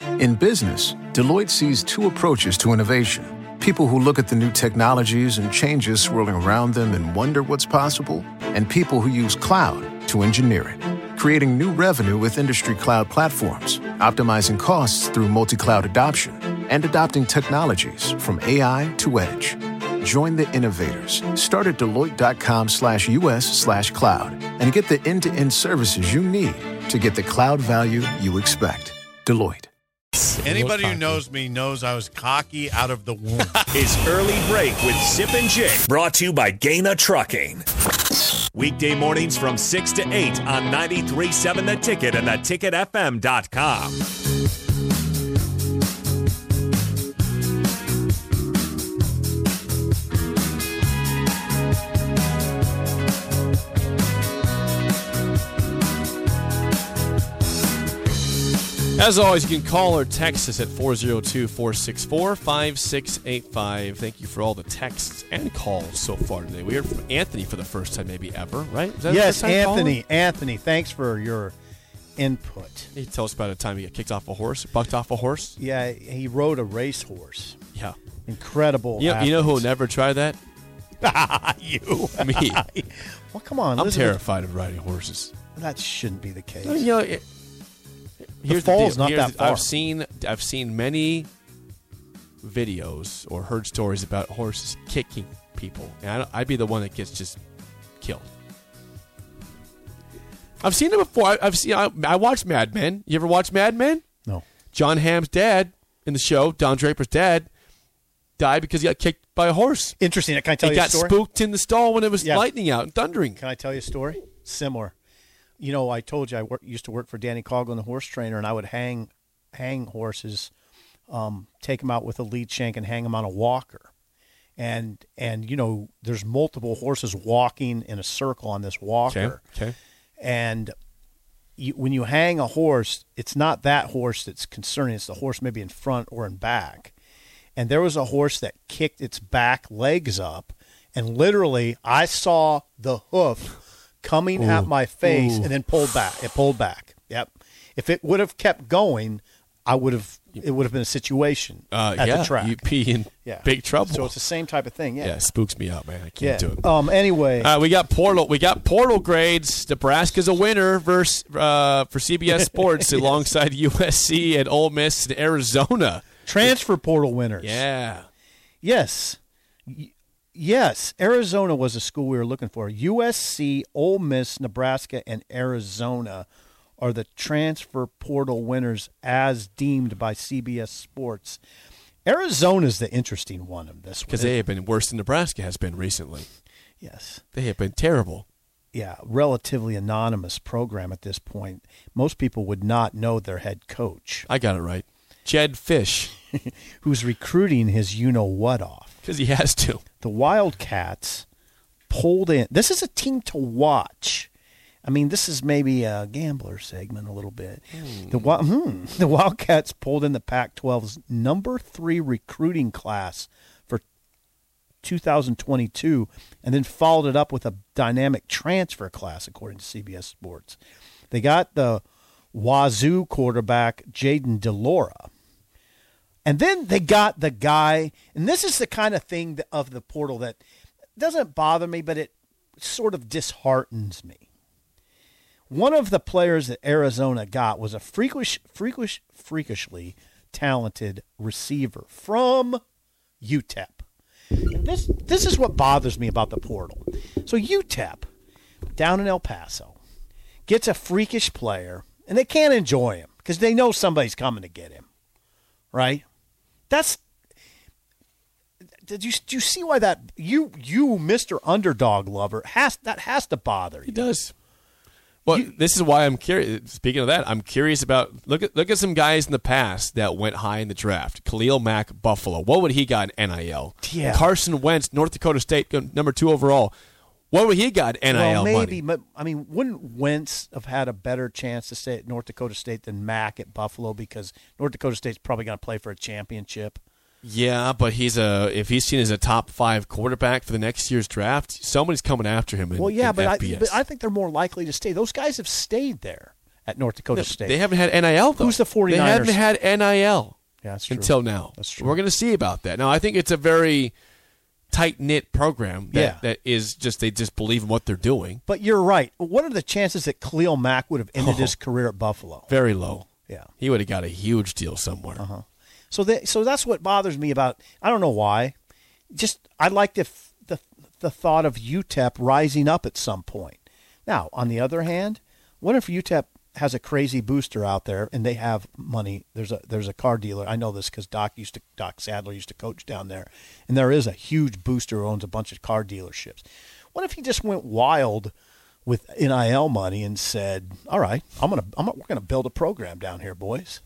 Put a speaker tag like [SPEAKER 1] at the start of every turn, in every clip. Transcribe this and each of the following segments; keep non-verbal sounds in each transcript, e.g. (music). [SPEAKER 1] In business, Deloitte sees two approaches to innovation people who look at the new technologies and changes swirling around them and wonder what's possible, and people who use cloud to engineer it, creating new revenue with industry cloud platforms, optimizing costs through multi cloud adoption, and adopting technologies from AI to edge. Join the innovators. Start at Deloitte.com slash US slash cloud and get the end to end services you need to get the cloud value you expect. Deloitte.
[SPEAKER 2] Anybody who knows me knows I was cocky out of the womb.
[SPEAKER 3] It's Early Break with Zip and Jake, brought to you by Gaina Trucking. Weekday mornings from 6 to 8 on 93.7 The Ticket and theticketfm.com.
[SPEAKER 4] As always, you can call or text us at 402 464 5685. Thank you for all the texts and calls so far today. We heard from Anthony for the first time, maybe ever, right? Was that the
[SPEAKER 5] Yes,
[SPEAKER 4] first time caller?
[SPEAKER 5] Anthony. Anthony, thanks for your input.
[SPEAKER 4] He tells us about a time he got kicked off a horse, bucked off a horse.
[SPEAKER 5] Yeah, he rode a racehorse.
[SPEAKER 4] Yeah.
[SPEAKER 5] Incredible.
[SPEAKER 4] You know, you know who will
[SPEAKER 5] athlete.
[SPEAKER 4] never try that?
[SPEAKER 5] (laughs) you.
[SPEAKER 4] Me.
[SPEAKER 5] Well, come on.
[SPEAKER 4] I'm
[SPEAKER 5] Elizabeth,
[SPEAKER 4] terrified of riding horses.
[SPEAKER 5] That shouldn't be the case.
[SPEAKER 4] I mean, you know, it, here's
[SPEAKER 5] fall's
[SPEAKER 4] the
[SPEAKER 5] not
[SPEAKER 4] deal. Here's
[SPEAKER 5] that
[SPEAKER 4] the-
[SPEAKER 5] far.
[SPEAKER 4] I've seen I've seen many videos or heard stories about horses kicking people, and I don't, I'd be the one that gets just killed. I've seen it before. I, I've seen. I, I watched Mad Men. You ever watch Mad Men?
[SPEAKER 5] No.
[SPEAKER 4] John Hamm's dad in the show, Don Draper's dad, died because he got kicked by a horse.
[SPEAKER 5] Interesting. Can I tell
[SPEAKER 4] It
[SPEAKER 5] you a
[SPEAKER 4] got
[SPEAKER 5] story?
[SPEAKER 4] spooked in the stall when it was
[SPEAKER 5] Yeah.
[SPEAKER 4] lightning out and thundering.
[SPEAKER 5] Can I tell you a story? Similar. You know, I told you I work, used to work for Danny Coughlin, the horse trainer, and I would hang hang horses, um, take them out with a lead shank and hang them on a walker. And and you know, there's multiple horses walking in a circle on this walker.
[SPEAKER 4] Okay.
[SPEAKER 5] And you, when you hang a horse, it's not that horse that's concerning. It's the horse maybe in front or in back. And there was a horse that kicked its back legs up, and literally I saw the hoof coming at my face and then pulled back. It pulled back. Yep. If it would have kept going, I would have. It would have been a situation
[SPEAKER 4] Uh,
[SPEAKER 5] at
[SPEAKER 4] yeah,
[SPEAKER 5] the track.
[SPEAKER 4] you pee in
[SPEAKER 5] yeah.
[SPEAKER 4] big trouble.
[SPEAKER 5] So it's the same type of thing. Yeah.
[SPEAKER 4] Yeah, it spooks me out, man. I
[SPEAKER 5] yeah.
[SPEAKER 4] can't do Uh, it.
[SPEAKER 5] Um. Anyway.
[SPEAKER 4] All right, we got portal. We got portal grades. Nebraska's a winner versus uh, for CBS Sports alongside USC and Ole Miss and Arizona.
[SPEAKER 5] Transfer portal winners.
[SPEAKER 4] Yeah,
[SPEAKER 5] Yes. Y- Yes. Arizona was a school we were looking for. USC, Ole Miss, Nebraska, and Arizona are the transfer portal winners as deemed by CBS Sports. Arizona's the interesting one of this one.
[SPEAKER 4] because they have been worse than Nebraska has been recently.
[SPEAKER 5] yes.
[SPEAKER 4] They have been terrible.
[SPEAKER 5] Yeah, relatively anonymous program at this point. Most people would not know their head coach
[SPEAKER 4] I got it right. Jed Fish
[SPEAKER 5] who's recruiting his you know what off.
[SPEAKER 4] because he has to.
[SPEAKER 5] the Wildcats pulled in. This is a team to watch. I mean, this is maybe a gambler segment a little bit. The Wi- hmm, the Wildcats pulled in the Pac-12's number three recruiting class for 2022, and then followed it up with a dynamic transfer class, according to CBS Sports. They got the Wazoo quarterback Jaden Delora. And then they got the guy, and this is the kind of thing th- of the portal that doesn't bother me, but it sort of disheartens me. One of the players that Arizona got was a freakish, freakish, freakishly talented receiver from UTEP. And this this is what bothers me about the portal. So UTEP down in El Paso gets a freakish player, and they can't enjoy him because they know somebody's coming to get him right? That's did you do you see why that you you Mister Underdog lover has that has to bother
[SPEAKER 4] He
[SPEAKER 5] you?
[SPEAKER 4] does. Well, this is why I'm curious. Speaking of that, I'm curious about look at look at some guys in the past that went high in the draft. Khalil Mack, Buffalo. What would he got in NIL?
[SPEAKER 5] Yeah.
[SPEAKER 4] Carson Wentz, North Dakota State, go- number two overall. What would he got in NIL
[SPEAKER 5] well, maybe,
[SPEAKER 4] money?
[SPEAKER 5] but I mean, wouldn't Wentz have had a better chance to stay at North Dakota State than Mac at Buffalo because North Dakota State's probably going to play for a championship?
[SPEAKER 4] Yeah, but he's a if he's seen as a top five quarterback for the next year's draft, somebody's coming after him. In,
[SPEAKER 5] Well, yeah,
[SPEAKER 4] in
[SPEAKER 5] but I,
[SPEAKER 4] FBS.
[SPEAKER 5] but I think they're more likely to stay. Those guys have stayed there at North Dakota State.
[SPEAKER 4] They haven't had NIL though.
[SPEAKER 5] Who's the
[SPEAKER 4] They
[SPEAKER 5] 49ers?
[SPEAKER 4] haven't had NIL
[SPEAKER 5] Yeah, that's true.
[SPEAKER 4] until now.
[SPEAKER 5] That's true.
[SPEAKER 4] We're going to see about that. Now, I think it's a very tight knit program. That,
[SPEAKER 5] Yeah.
[SPEAKER 4] that is just they just believe in what they're doing.
[SPEAKER 5] But you're right. What are the chances that Khalil Mack would have ended his career at Buffalo?
[SPEAKER 4] Very low.
[SPEAKER 5] Yeah.
[SPEAKER 4] He would have got a huge deal somewhere. Uh-huh.
[SPEAKER 5] So that so that's what bothers me about. I don't know why. Just I like the f- the the thought of UTEP rising up at some point. Now, on the other hand, what if UTEP has a crazy booster out there and they have money? There's a there's a car dealer. I know this because Doc used to Doc Sadler used to coach down there, and there is a huge booster who owns a bunch of car dealerships. What if he just went wild? With NIL money and said, "All right, I'm gonna, I'm gonna, we're gonna build a program down here, boys."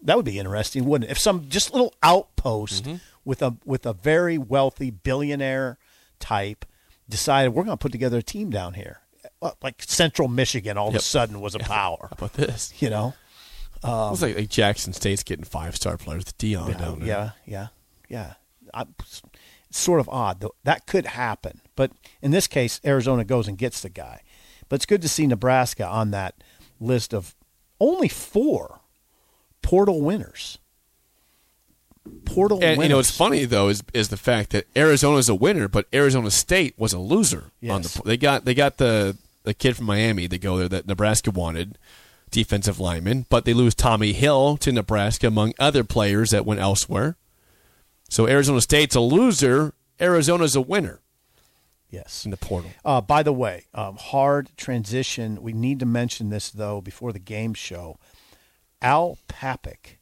[SPEAKER 5] That would be interesting, wouldn't it? If some just little outpost
[SPEAKER 4] Mm-hmm.
[SPEAKER 5] with a with a very wealthy billionaire type decided we're going to put together a team down here, Uh, like Central Michigan, all of a sudden was a power.
[SPEAKER 4] About this,
[SPEAKER 5] You know?
[SPEAKER 4] it's like, like Jackson State's getting five star players. Dion down there.
[SPEAKER 5] Um, Yeah, yeah, yeah. I, it's sort of odd though. That could happen, but in this case, Arizona goes and gets the guy. But it's good to see Nebraska on that list of only four portal winners. Portal
[SPEAKER 4] And
[SPEAKER 5] winners.
[SPEAKER 4] you know what's funny though is is the fact that Arizona's a winner, but Arizona State was a loser. On
[SPEAKER 5] Yes.
[SPEAKER 4] the they got they got the the kid from Miami. They go there that Nebraska wanted defensive lineman, but they lose Tommy Hill to Nebraska among other players that went elsewhere. So Arizona State's a loser. Arizona's a winner
[SPEAKER 5] Yes.
[SPEAKER 4] in the portal.
[SPEAKER 5] Uh, by the way, um, hard transition. We need to mention this though before the game show. Al Papik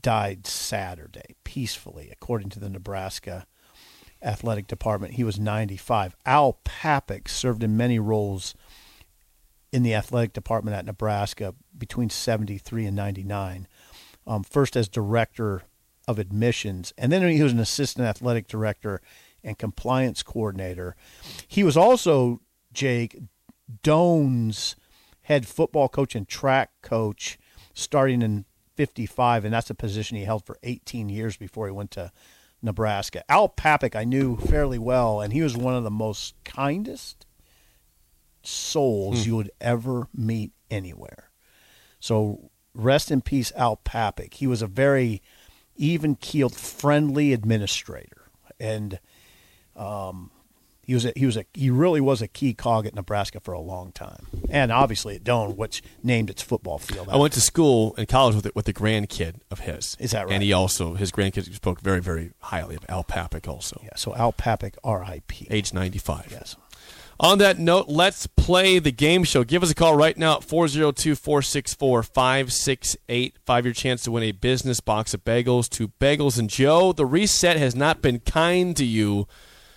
[SPEAKER 5] died Saturday peacefully, according to the Nebraska athletic department. He was 95. Al Papik served in many roles in the athletic department at Nebraska between 73 and 99. Um, first as director of admissions, and then he was an assistant athletic director and compliance coordinator. He was also Jake Doan's head football coach and track coach starting in 55, and that's a position he held for 18 years before he went to Nebraska. Al Papik, I knew fairly well, and he was one of the most kindest souls
[SPEAKER 4] Hmm.
[SPEAKER 5] you would ever meet anywhere. So rest in peace, Al Papik. He was a very even keeled, friendly administrator, and um, he was a, he was a he really was a key cog at Nebraska for a long time, and obviously at Doan, which named its football field.
[SPEAKER 4] I went to school and college with with the grandkid of his.
[SPEAKER 5] Is that right?
[SPEAKER 4] And he also his grandkid spoke very very highly of Al Papik also.
[SPEAKER 5] yeah, so Al Papik, R.I.P.
[SPEAKER 4] Age ninety five.
[SPEAKER 5] Yes.
[SPEAKER 4] On that note, let's play the game show. Give us a call right now at 402 464 5685. Your chance to win a business box of bagels to Bagels and Joe. The reset has not been kind to you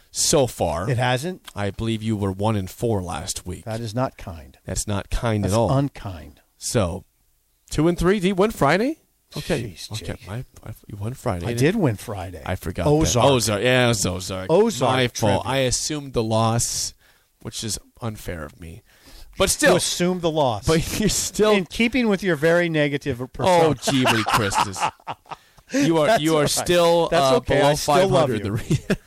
[SPEAKER 4] so far.
[SPEAKER 5] It hasn't.
[SPEAKER 4] I believe you were one and four last week.
[SPEAKER 5] That is not kind.
[SPEAKER 4] That's not kind
[SPEAKER 5] That's
[SPEAKER 4] at all.
[SPEAKER 5] unkind.
[SPEAKER 4] so, two and three. Did you win Friday? Okay.
[SPEAKER 5] Jeez,
[SPEAKER 4] okay.
[SPEAKER 5] Jake.
[SPEAKER 4] I, I, you won Friday.
[SPEAKER 5] I did win Friday.
[SPEAKER 4] I forgot. that.
[SPEAKER 5] Ozark.
[SPEAKER 4] Ozark. Yeah, it was Ozark.
[SPEAKER 5] Ozark
[SPEAKER 4] My
[SPEAKER 5] trivia.
[SPEAKER 4] fault. I assumed the loss, which is unfair of me. But
[SPEAKER 5] To
[SPEAKER 4] still,
[SPEAKER 5] assume the loss.
[SPEAKER 4] but (laughs) you're still.
[SPEAKER 5] in keeping with your very negative persona.
[SPEAKER 4] oh, gee, Willie Christus. You are you are
[SPEAKER 5] all right.
[SPEAKER 4] still
[SPEAKER 5] That's
[SPEAKER 4] uh,
[SPEAKER 5] okay.
[SPEAKER 4] below
[SPEAKER 5] I still love
[SPEAKER 4] 500.
[SPEAKER 5] you.
[SPEAKER 4] The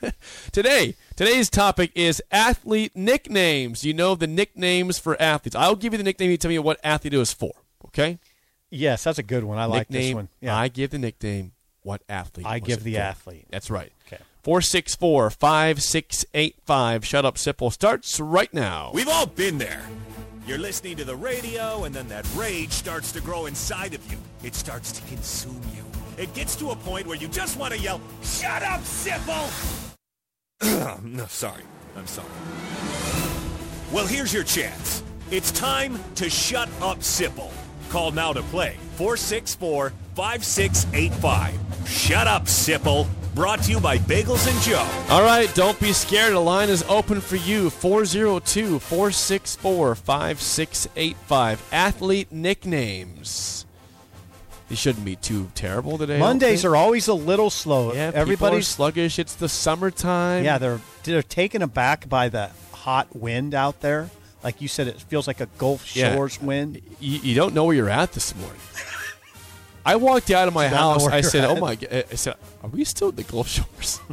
[SPEAKER 4] re- (laughs) Today, today's topic is athlete nicknames. You know the nicknames for athletes. I'll give you the nickname. You tell me what athlete it was for. Okay.
[SPEAKER 5] Yes, that's a good one. I like this one. Yeah.
[SPEAKER 4] I give the nickname. What athlete?
[SPEAKER 5] I
[SPEAKER 4] was
[SPEAKER 5] give
[SPEAKER 4] it
[SPEAKER 5] the
[SPEAKER 4] for?
[SPEAKER 5] athlete.
[SPEAKER 4] That's right.
[SPEAKER 5] Okay.
[SPEAKER 4] 464 5685. Shut up, Sipple starts right now.
[SPEAKER 3] We've all been there. You're listening to the radio, and then that rage starts to grow inside of you. It starts to consume you. It gets to a point where you just want to yell, Shut up, Sipple! no, (clears throat) sorry. I'm sorry. Well, here's your chance. It's time to shut up, Sipple. Call now to play 464-5685. Shut up, Sipple. Brought to you by Bagels and Joe.
[SPEAKER 4] All right, don't be scared. The line is open for you 402 464 5685. Athlete nicknames. They shouldn't be too terrible today. I don't
[SPEAKER 5] Mondays
[SPEAKER 4] think.
[SPEAKER 5] are always a little slow.
[SPEAKER 4] Yeah, everybody's
[SPEAKER 5] Everybody's
[SPEAKER 4] sluggish. It's the summertime.
[SPEAKER 5] yeah, they're they're taken aback by the hot wind out there. Like you said, it feels like a Gulf
[SPEAKER 4] Yeah.
[SPEAKER 5] Shores wind.
[SPEAKER 4] you, you don't know where you're at this morning. I walked out of my
[SPEAKER 5] don't know
[SPEAKER 4] house.
[SPEAKER 5] where
[SPEAKER 4] I
[SPEAKER 5] you're
[SPEAKER 4] said, "Oh
[SPEAKER 5] at."
[SPEAKER 4] my!" God. I said, "Are we still at the Gulf Shores?" (laughs)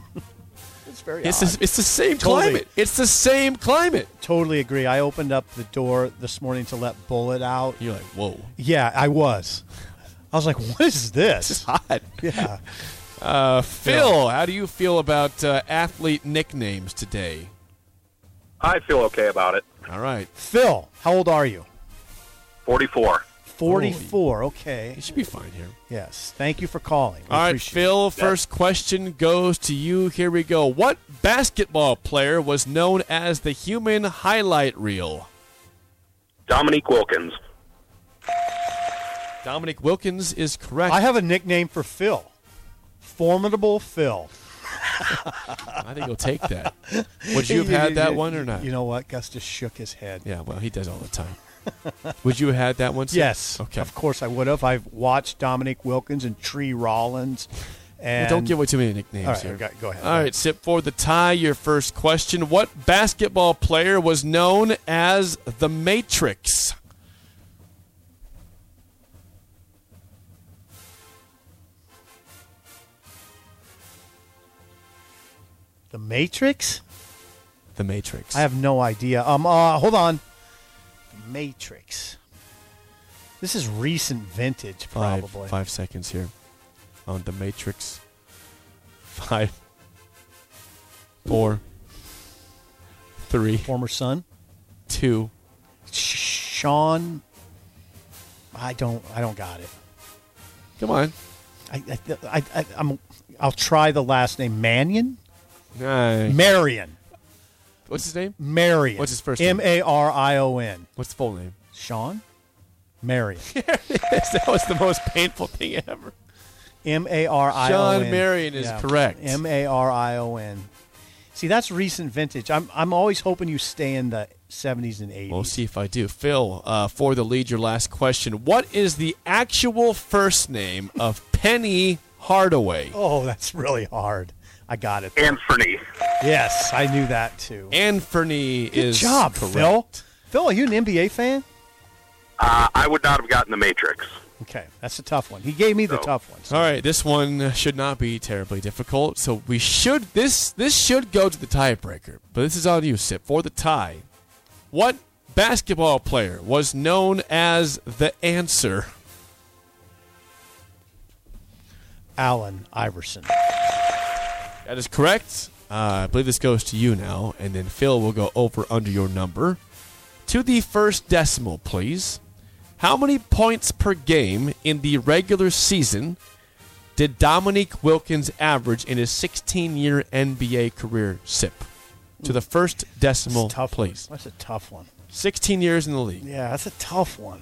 [SPEAKER 5] It's very
[SPEAKER 4] It's
[SPEAKER 5] odd.
[SPEAKER 4] the, it's the same
[SPEAKER 5] Totally.
[SPEAKER 4] climate. It's the same climate.
[SPEAKER 5] totally agree. I opened up the door this morning to let Bullet out.
[SPEAKER 4] You're like, whoa, (laughs)
[SPEAKER 5] Yeah, I was. I was like, what is this?
[SPEAKER 4] hot.
[SPEAKER 5] Yeah.
[SPEAKER 4] (laughs) Uh, Phil, how do you feel about uh, athlete nicknames today?
[SPEAKER 6] I feel okay about it.
[SPEAKER 4] All right,
[SPEAKER 5] Phil, how old are you?
[SPEAKER 6] 44.
[SPEAKER 5] 44.
[SPEAKER 4] you
[SPEAKER 5] Okay.
[SPEAKER 4] should be fine here.
[SPEAKER 5] Yes. Thank you for calling. We
[SPEAKER 4] All right,
[SPEAKER 5] appreciate
[SPEAKER 4] Phil. First question goes to you. Here we go. What basketball player was known as the human highlight reel?
[SPEAKER 6] Dominique Wilkins.
[SPEAKER 4] Dominic Wilkins is
[SPEAKER 5] it.
[SPEAKER 4] correct.
[SPEAKER 5] I have a nickname for Phil. Formidable Phil.
[SPEAKER 4] I think he'll take
[SPEAKER 5] (laughs)
[SPEAKER 4] that. (laughs) Would you have had that one or not?
[SPEAKER 5] You know what? Gus just shook his head.
[SPEAKER 4] Yeah, well, he does all the time. Would you have had that one? Sid?
[SPEAKER 5] Yes.
[SPEAKER 4] Okay.
[SPEAKER 5] Of course I would have. I've watched Dominic Wilkins and Tree Rollins. And
[SPEAKER 4] Well, don't give away too many nicknames
[SPEAKER 5] All right,
[SPEAKER 4] here.
[SPEAKER 5] go- go ahead.
[SPEAKER 4] All right, sip for the tie. Your first question: What basketball player was known as the Matrix?
[SPEAKER 5] The Matrix?
[SPEAKER 4] The Matrix.
[SPEAKER 5] I have no idea. Um, uh, hold on. The Matrix. This is recent vintage,
[SPEAKER 4] five,
[SPEAKER 5] probably.
[SPEAKER 4] five seconds here on the Matrix. Five, four, three,
[SPEAKER 5] Former son,
[SPEAKER 4] two.
[SPEAKER 5] Sean. I don't. I don't got it.
[SPEAKER 4] Come on.
[SPEAKER 5] I, I, I, I, I'm. I'll try the last name. Mannion.
[SPEAKER 4] Nice.
[SPEAKER 5] Marion.
[SPEAKER 4] What's his name?
[SPEAKER 5] Marion.
[SPEAKER 4] What's his first
[SPEAKER 5] M
[SPEAKER 4] name?
[SPEAKER 5] A R I O N.
[SPEAKER 4] What's the full name?
[SPEAKER 5] Sean. Marion.
[SPEAKER 4] (laughs) that was the most painful thing ever.
[SPEAKER 5] M A R I O N.
[SPEAKER 4] John Marion is correct.
[SPEAKER 5] M A R I O N. See, that's recent vintage. I'm I'm always hoping you stay in the 70s and 80s.
[SPEAKER 4] We'll see if I do. Phil, uh, for the lead, your last question. What is the actual first name of Penny Hardaway?
[SPEAKER 5] Oh, that's really hard. I got it.
[SPEAKER 6] Anthony.
[SPEAKER 5] Yes, I knew that too.
[SPEAKER 4] Anthony
[SPEAKER 5] Good
[SPEAKER 4] is
[SPEAKER 5] job,
[SPEAKER 4] correct.
[SPEAKER 5] Phil. Phil, are you an NBA fan?
[SPEAKER 6] Uh, I would not have gotten the Matrix.
[SPEAKER 5] Okay, that's a tough one. He gave me the
[SPEAKER 6] No.
[SPEAKER 5] tough one. so-
[SPEAKER 4] All right, this one should not be terribly difficult. So we should this this should go to the tiebreaker. But this is on you, Sip, for the tie. What basketball player was known as the answer?
[SPEAKER 5] Allen Iverson.
[SPEAKER 4] That is correct. Uh, I believe this goes to you now, and then Phil will go over under your number. To the first decimal, please. How many points per game in the regular season did Dominique Wilkins average in his 16 year NBA career SIP? To the first
[SPEAKER 5] That's
[SPEAKER 4] decimal,
[SPEAKER 5] a tough
[SPEAKER 4] please.
[SPEAKER 5] One. That's a tough one.
[SPEAKER 4] 16 years in the league.
[SPEAKER 5] Yeah, that's a tough one.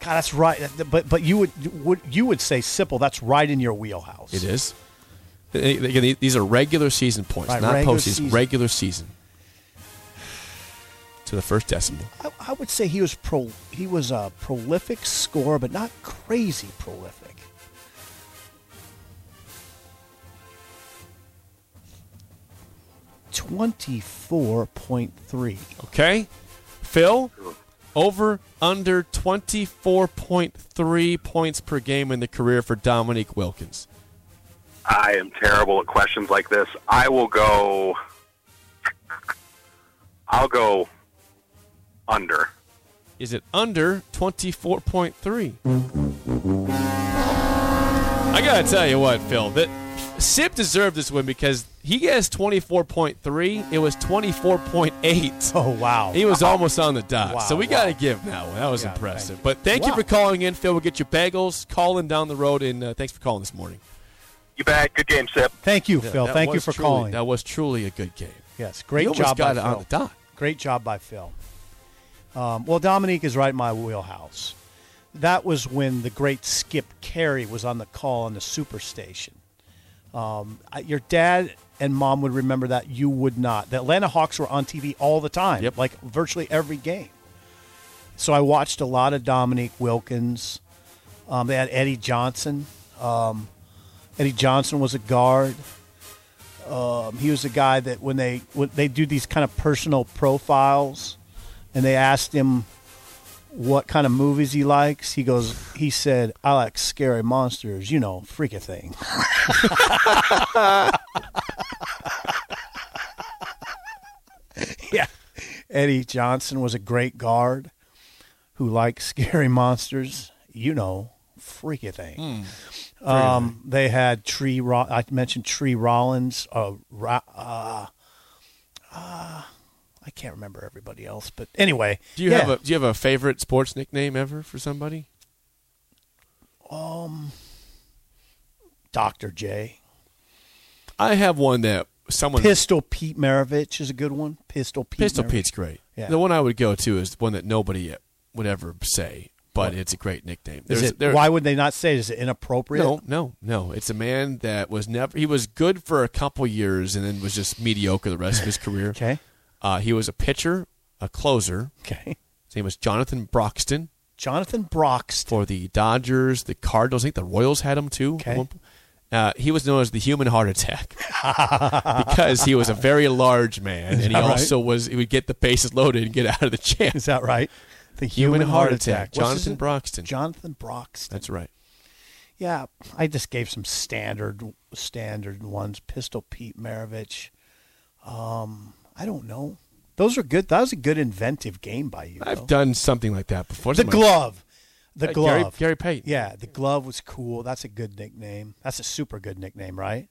[SPEAKER 5] God, that's right. That- But but you would would you would say Sipple? That's right in your wheelhouse.
[SPEAKER 4] It is. Th- Again, these are regular season points,
[SPEAKER 5] Right,
[SPEAKER 4] not
[SPEAKER 5] regular
[SPEAKER 4] postseason,
[SPEAKER 5] season.
[SPEAKER 4] regular season. To the first decimal.
[SPEAKER 5] I, I would say he was pro. He was a prolific scorer, but not crazy prolific. Twenty-four point three.
[SPEAKER 4] Okay. Phil, over under 24.3 points per game in the career for Dominique Wilkins.
[SPEAKER 6] I am terrible at questions like this. I will go. I'll go under.
[SPEAKER 4] Is it under 24.3? I got to tell you what, Phil, that Sip deserved this win because he has 24.3. It was 24.8.
[SPEAKER 5] Oh wow!
[SPEAKER 4] He was almost on the dot.
[SPEAKER 5] Wow,
[SPEAKER 4] so we
[SPEAKER 5] wow.
[SPEAKER 4] got to give him that one. That was
[SPEAKER 5] Yeah,
[SPEAKER 4] impressive.
[SPEAKER 5] thank you.
[SPEAKER 4] but thank you
[SPEAKER 5] Wow.
[SPEAKER 4] for calling in, Phil. We'll get your bagels. Call in down the road, and uh, thanks for calling this morning.
[SPEAKER 6] You bet. Good game, Sip.
[SPEAKER 5] Thank you,
[SPEAKER 4] Yeah,
[SPEAKER 5] Phil.
[SPEAKER 4] that
[SPEAKER 5] Thank you
[SPEAKER 4] was
[SPEAKER 5] for
[SPEAKER 4] truly-
[SPEAKER 5] calling.
[SPEAKER 4] That was truly a good game.
[SPEAKER 5] yes, great
[SPEAKER 4] He almost
[SPEAKER 5] job
[SPEAKER 4] got
[SPEAKER 5] by
[SPEAKER 4] it on
[SPEAKER 5] Phil.
[SPEAKER 4] the dot.
[SPEAKER 5] Great job by Phil. Um, well, Dominique is right in my wheelhouse. That was when the great Skip Carey was on the call on the Superstation. Um, I- your dad and mom would remember that. You would not. The Atlanta Hawks were on TV all the time,
[SPEAKER 4] Yep.
[SPEAKER 5] like virtually every game. So I watched a lot of Dominique Wilkins. Um, they had Eddie Johnson. Um, Eddie Johnson was a guard. Um, he was a guy that when they when they do these kind of personal profiles, and they asked him what kind of movies he likes, he goes, he said, "I like scary monsters, you know, freaky thing." (laughs) Eddie Johnson was a great guard who liked (laughs) scary monsters. You know, freaky
[SPEAKER 4] Hmm.
[SPEAKER 5] thing. Um, they had Tree. Ro- I mentioned Tree Rollins. Uh, Ra- uh, uh, I can't remember everybody else, but anyway.
[SPEAKER 4] Do you
[SPEAKER 5] yeah.
[SPEAKER 4] have a Do you have a favorite sports nickname ever for somebody?
[SPEAKER 5] Um, Doctor J?
[SPEAKER 4] I have one that someone
[SPEAKER 5] Pistol Pete Maravich is a good one. Pistol Pete.
[SPEAKER 4] Pistol
[SPEAKER 5] Maravich.
[SPEAKER 4] Pete's great.
[SPEAKER 5] Yeah.
[SPEAKER 4] The one I would go to is one that nobody would ever say, but it's a great nickname.
[SPEAKER 5] Is
[SPEAKER 4] There's-
[SPEAKER 5] it,
[SPEAKER 4] there-
[SPEAKER 5] why would they not say? It? Is it inappropriate?
[SPEAKER 4] No, no, no. It's a man that was never. He was good for a couple years and then was just mediocre the rest
[SPEAKER 5] (laughs)
[SPEAKER 4] of his career.
[SPEAKER 5] Okay.
[SPEAKER 4] Uh, he was a pitcher, a closer.
[SPEAKER 5] Okay.
[SPEAKER 4] His name was Jonathan Broxton
[SPEAKER 5] Jonathan Broxton.
[SPEAKER 4] for the Dodgers, the Cardinals. I think the Royals had him too.
[SPEAKER 5] Okay.
[SPEAKER 4] at one po- Uh, he was known as the human heart attack (laughs) because he was a very large man, and he
[SPEAKER 5] that right?
[SPEAKER 4] also was. He would get the bases loaded and get out of the jam.
[SPEAKER 5] Is that right? The
[SPEAKER 4] Human heart attack.
[SPEAKER 5] What's
[SPEAKER 4] Jonathan
[SPEAKER 5] his-
[SPEAKER 4] Broxton.
[SPEAKER 5] Jonathan Broxton.
[SPEAKER 4] That's right.
[SPEAKER 5] Yeah, I just gave some standard standard ones. Pistol Pete Maravich. Um, I don't know. Those are good. That was a good inventive game by you. though.
[SPEAKER 4] I've done something like that before.
[SPEAKER 5] the
[SPEAKER 4] Somebody-
[SPEAKER 5] glove. The
[SPEAKER 4] Uh, Gary-
[SPEAKER 5] glove.
[SPEAKER 4] Gary Payton.
[SPEAKER 5] Yeah, the glove was cool. That's a good nickname. That's a super good nickname, right?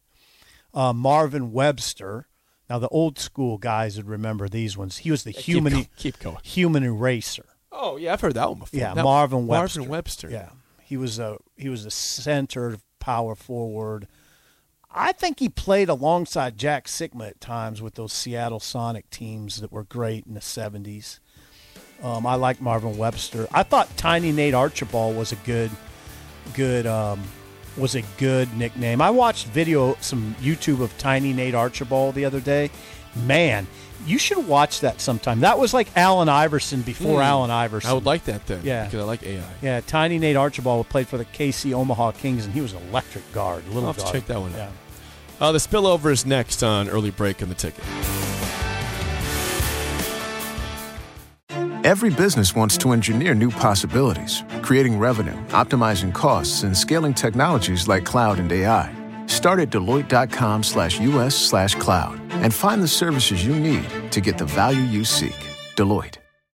[SPEAKER 5] Uh, Marvin Webster. Now the old school guys would remember these ones. He was the
[SPEAKER 4] keep
[SPEAKER 5] human
[SPEAKER 4] go- keep going.
[SPEAKER 5] human eraser.
[SPEAKER 4] Oh yeah, I've heard that one before.
[SPEAKER 5] Yeah,
[SPEAKER 4] That-
[SPEAKER 5] Marvin Webster.
[SPEAKER 4] Marvin Webster.
[SPEAKER 5] Yeah, he was a he was a center power forward. I think he played alongside Jack Sigma at times with those Seattle Sonic teams that were great in the '70s. Um, I like Marvin Webster. I thought Tiny Nate Archibald was a good, good, um, was a good nickname. I watched video, some YouTube of Tiny Nate Archibald the other day. Man, you should watch that sometime. That was like Allen Iverson before Allen Iverson.
[SPEAKER 4] Hmm. I would like that then.
[SPEAKER 5] Yeah.
[SPEAKER 4] because I like AI.
[SPEAKER 5] Yeah, Tiny Nate Archibald played for the KC Omaha Kings, and he was an electric guard. Little
[SPEAKER 4] I'll have to
[SPEAKER 5] guard.
[SPEAKER 4] check that one out.
[SPEAKER 5] Yeah.
[SPEAKER 4] Uh, the spillover is next on early break on the ticket.
[SPEAKER 1] Every business wants to engineer new possibilities, creating revenue, optimizing costs, and scaling technologies like cloud and AI. Start at Deloitte.com slash US slash cloud and find the services you need to get the value you seek. Deloitte.